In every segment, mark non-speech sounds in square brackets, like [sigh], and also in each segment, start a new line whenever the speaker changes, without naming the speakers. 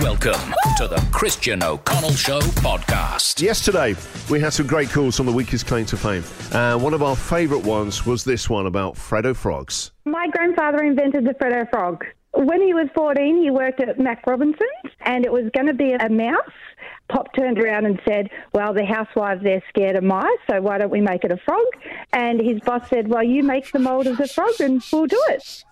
Welcome to the Christian O'Connell Show podcast.
Yesterday, we had some great calls on the weakest claim to fame. Uh, one of our favourite ones was this one about Fredo Frogs.
My grandfather invented the Freddo frog. When he was 14, he worked at Mac Robinson's and it was going to be a mouse. Pop turned around and said, Well, the housewives, they're scared of mice, so why don't we make it a frog? And his boss said, Well, you make the mould of the frog and we'll do it.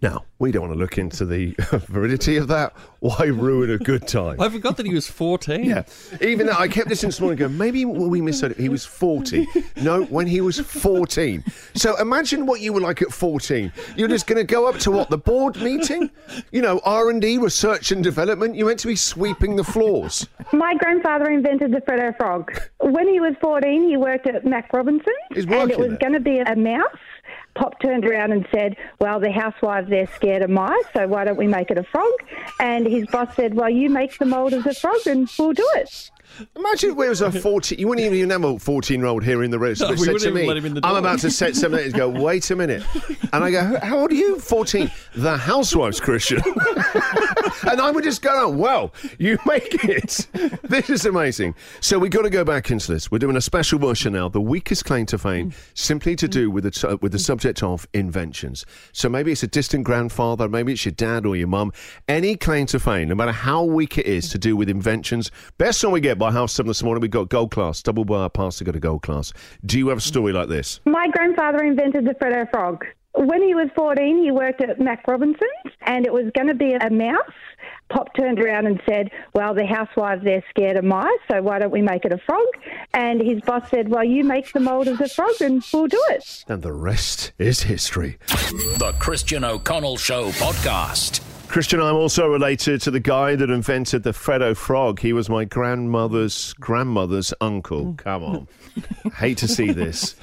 Now, we don't want to look into the [laughs] validity of that. Why ruin a good
[laughs]
time?
I forgot that he was 14.
Yeah. Even though I kept listening this morning going, maybe we misheard it. He was 40. No, when he was 14. So imagine what you were like at 14. You're just going to go up to what, the board meeting? You know, R&D, research and development. You're meant to be sweeping the floors.
My grandfather invented the Freddo frog. When he was 14, he worked at Mac Robinson's
He's
and it
working
was
there.
going to be a mouse. Pop turned around and said, Well, the housewives, they're scared of mice, so why don't we make it a frog? And his boss said, Well, you make the mould of the frog and we'll do it.
Imagine if it was a 14, you wouldn't even remember a 14 year old hearing the rest.
No,
but
we
said
wouldn't
to
even
me,
let him in the
I'm
door."
about to set something and go, wait a minute. And I go, how old are you? 14. The housewives, Christian. and I would just go, oh, well, you [laughs] make it. This is amazing. So we've got to go back into this. We're doing a special version now, the weakest claim to fame, simply to do with the, t- with the subject of inventions. So maybe it's a distant grandfather, maybe it's your dad or your mum. Any claim to fame, no matter how weak it is, to do with inventions. Best one we get by half seven this morning, we've got gold class, double bar pass to go to gold class. Do you have a story like this?
My grandfather invented the Freddo frog. When he was 14, he worked at Mac Robinson's and it was going to be a mouse. Pop turned around and said, Well, the housewives, they're scared of mice, so why don't we make it a frog? And his boss said, Well, you make the mould of the frog and we'll do it.
And the rest is history.
The Christian O'Connell Show podcast.
Christian, I'm also related to the guy that invented the Freddo frog. He was my grandmother's grandmother's uncle. Come on. Hate to see this.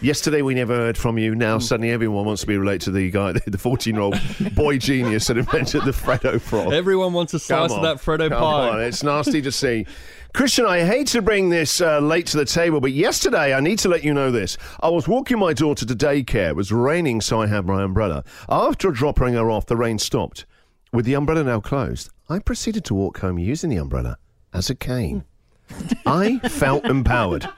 Yesterday we never heard from you. Now suddenly everyone wants to be related to the guy, [laughs] the 14 year old boy genius that invented the Freddo frog.
Everyone wants a
Come
slice of
on.
that Freddo
Come
pie.
on, It's nasty to see. Christian, I hate to bring this uh, late to the table, but yesterday I need to let you know this. I was walking my daughter to daycare. It was raining, so I had my umbrella. After dropping her off, the rain stopped. With the umbrella now closed, I proceeded to walk home using the umbrella as a cane. I felt empowered.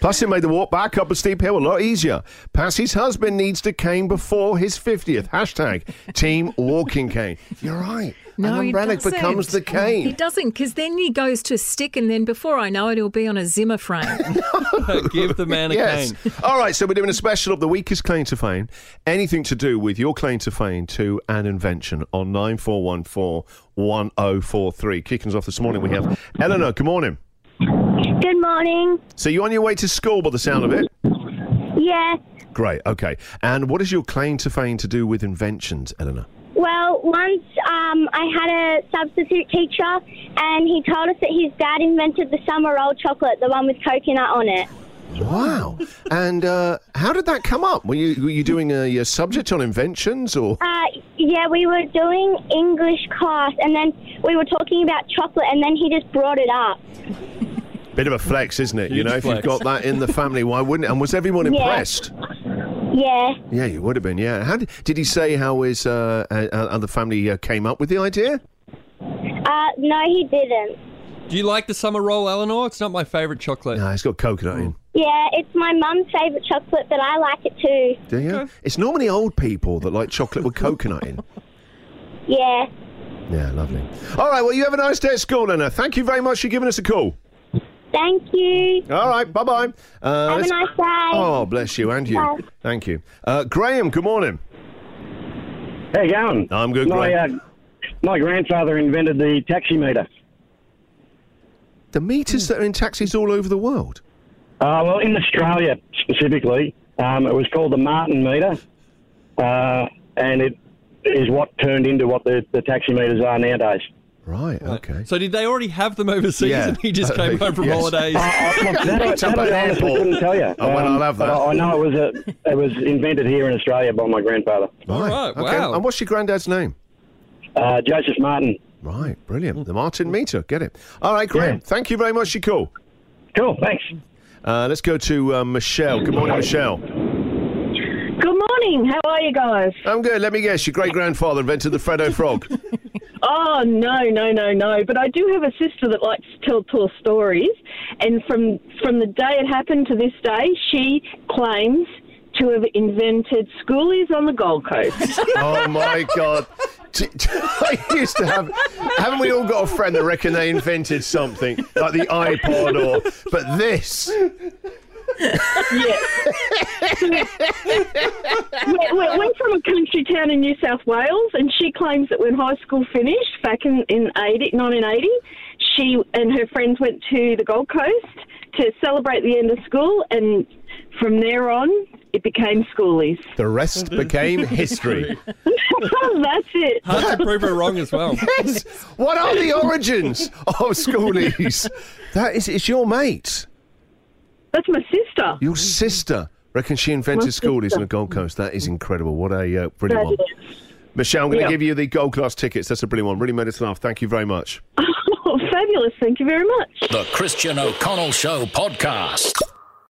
Plus, it made the walk back up a steep hill a lot easier. Passy's husband needs to cane before his 50th. Hashtag team walking cane. You're right.
No,
An
he
umbrella
doesn't.
becomes the cane.
He doesn't, because then he goes to a stick, and then before I know it, he'll be on a Zimmer frame.
[laughs] Give the man a
eh? Yes.
cane.
All right, so we're doing a special of the weakest claim to fame. Anything to do with your claim to fame to an invention on 9414 1043. Kicking us off this morning, we have Eleanor. Good morning.
Good morning.
So you're on your way to school by the sound of it?
Yeah.
Great, okay. And what is your claim to fame to do with inventions, Eleanor?
Well, once um, I had a substitute teacher, and he told us that his dad invented the summer roll chocolate, the one with coconut on it.
Wow. and uh, how did that come up? Were you, were you doing a, a subject on inventions or?
Uh, yeah, we were doing English class, and then we were talking about chocolate, and then he just brought it up.
Bit of a flex, isn't it? You
Huge
know, if you've
flex.
got that in the family, why wouldn't it? And was everyone
Yeah.
impressed?
Yeah.
Yeah, you would have been. Yeah. How did, did he say how his uh, uh, uh, other family uh, came up with the idea?
Uh, no, he didn't.
Do you like the summer roll, Eleanor? It's not my favourite chocolate.
No, it's Uh, got coconut in.
Yeah, it's my mum's favourite chocolate, but I like it too.
Do you? It's normally old people that like chocolate with coconut [laughs] in.
Yeah.
Yeah, lovely. All right. Well, you have a nice day at school, Anna. Thank you very much for giving us a call.
Thank you.
All right. Bye bye. Uh,
Have a
let's-
nice day.
Oh, bless you and
Bye.
you. Thank you, uh, Graham. Good morning.
Hey, you going?
I'm good,
My, uh,
Graham.
my grandfather invented the taximeter.
The meters that are in taxis all over the world.
Uh, well, in Australia specifically, um, it was called the Martin meter, uh, and it is what turned into what the, the taximeters are nowadays.
Right. Okay.
So did they already have them overseas
Yeah.
and he just
Uh,
came home from
yes.
holidays?
I, look, that, I-
It's up
that
at
I honestly
airport.
couldn't tell you. Um,
Oh, well, I'll have
but
that.
I, I know it was a, it was invented here in Australia by my grandfather,
All right,
Okay.
wow.
And what's your granddad's name?
uh, Joseph Martin.
Right, brilliant. The Martin meter, get it. All right, Graham,
Yeah.
thank you very much. You call.
Cool, thanks.
Uh, let's go to uh, Michelle. Good morning, Michelle.
Good morning. How are you guys?
I'm good. Let me guess. Your great grandfather invented the Freddo frog.
Oh no, no, no, no! But I do have a sister that likes to tell tall stories, and from from the day it happened to this day, she claims to have invented schoolies on the Gold Coast.
oh my god. T- t- I used to have. Haven't we all got a friend that reckon they invented something like the iPod or? But this,
we're, we're, we're from a country town in New South Wales, and she claims that when high school finished back in in 80, 1980, she and her friends went to the Gold Coast to celebrate the end of school, and from there on, it became schoolies. [laughs]
the rest became history.
That's it.
Hard to prove her wrong
[laughs]
as well.
Yes. What are the origins of schoolies? That is, it's your mate,
That's my sister.
your sister. Reckon she invented schoolies on the Gold Coast. That is incredible. What a uh, brilliant one,
That is.
Michelle. I'm going to
Yeah.
give you the gold class tickets. That's a brilliant one. Really made us laugh. Thank you very much.
[laughs] Oh, fabulous. Thank you very much.
The Christian O'Connell Show podcast.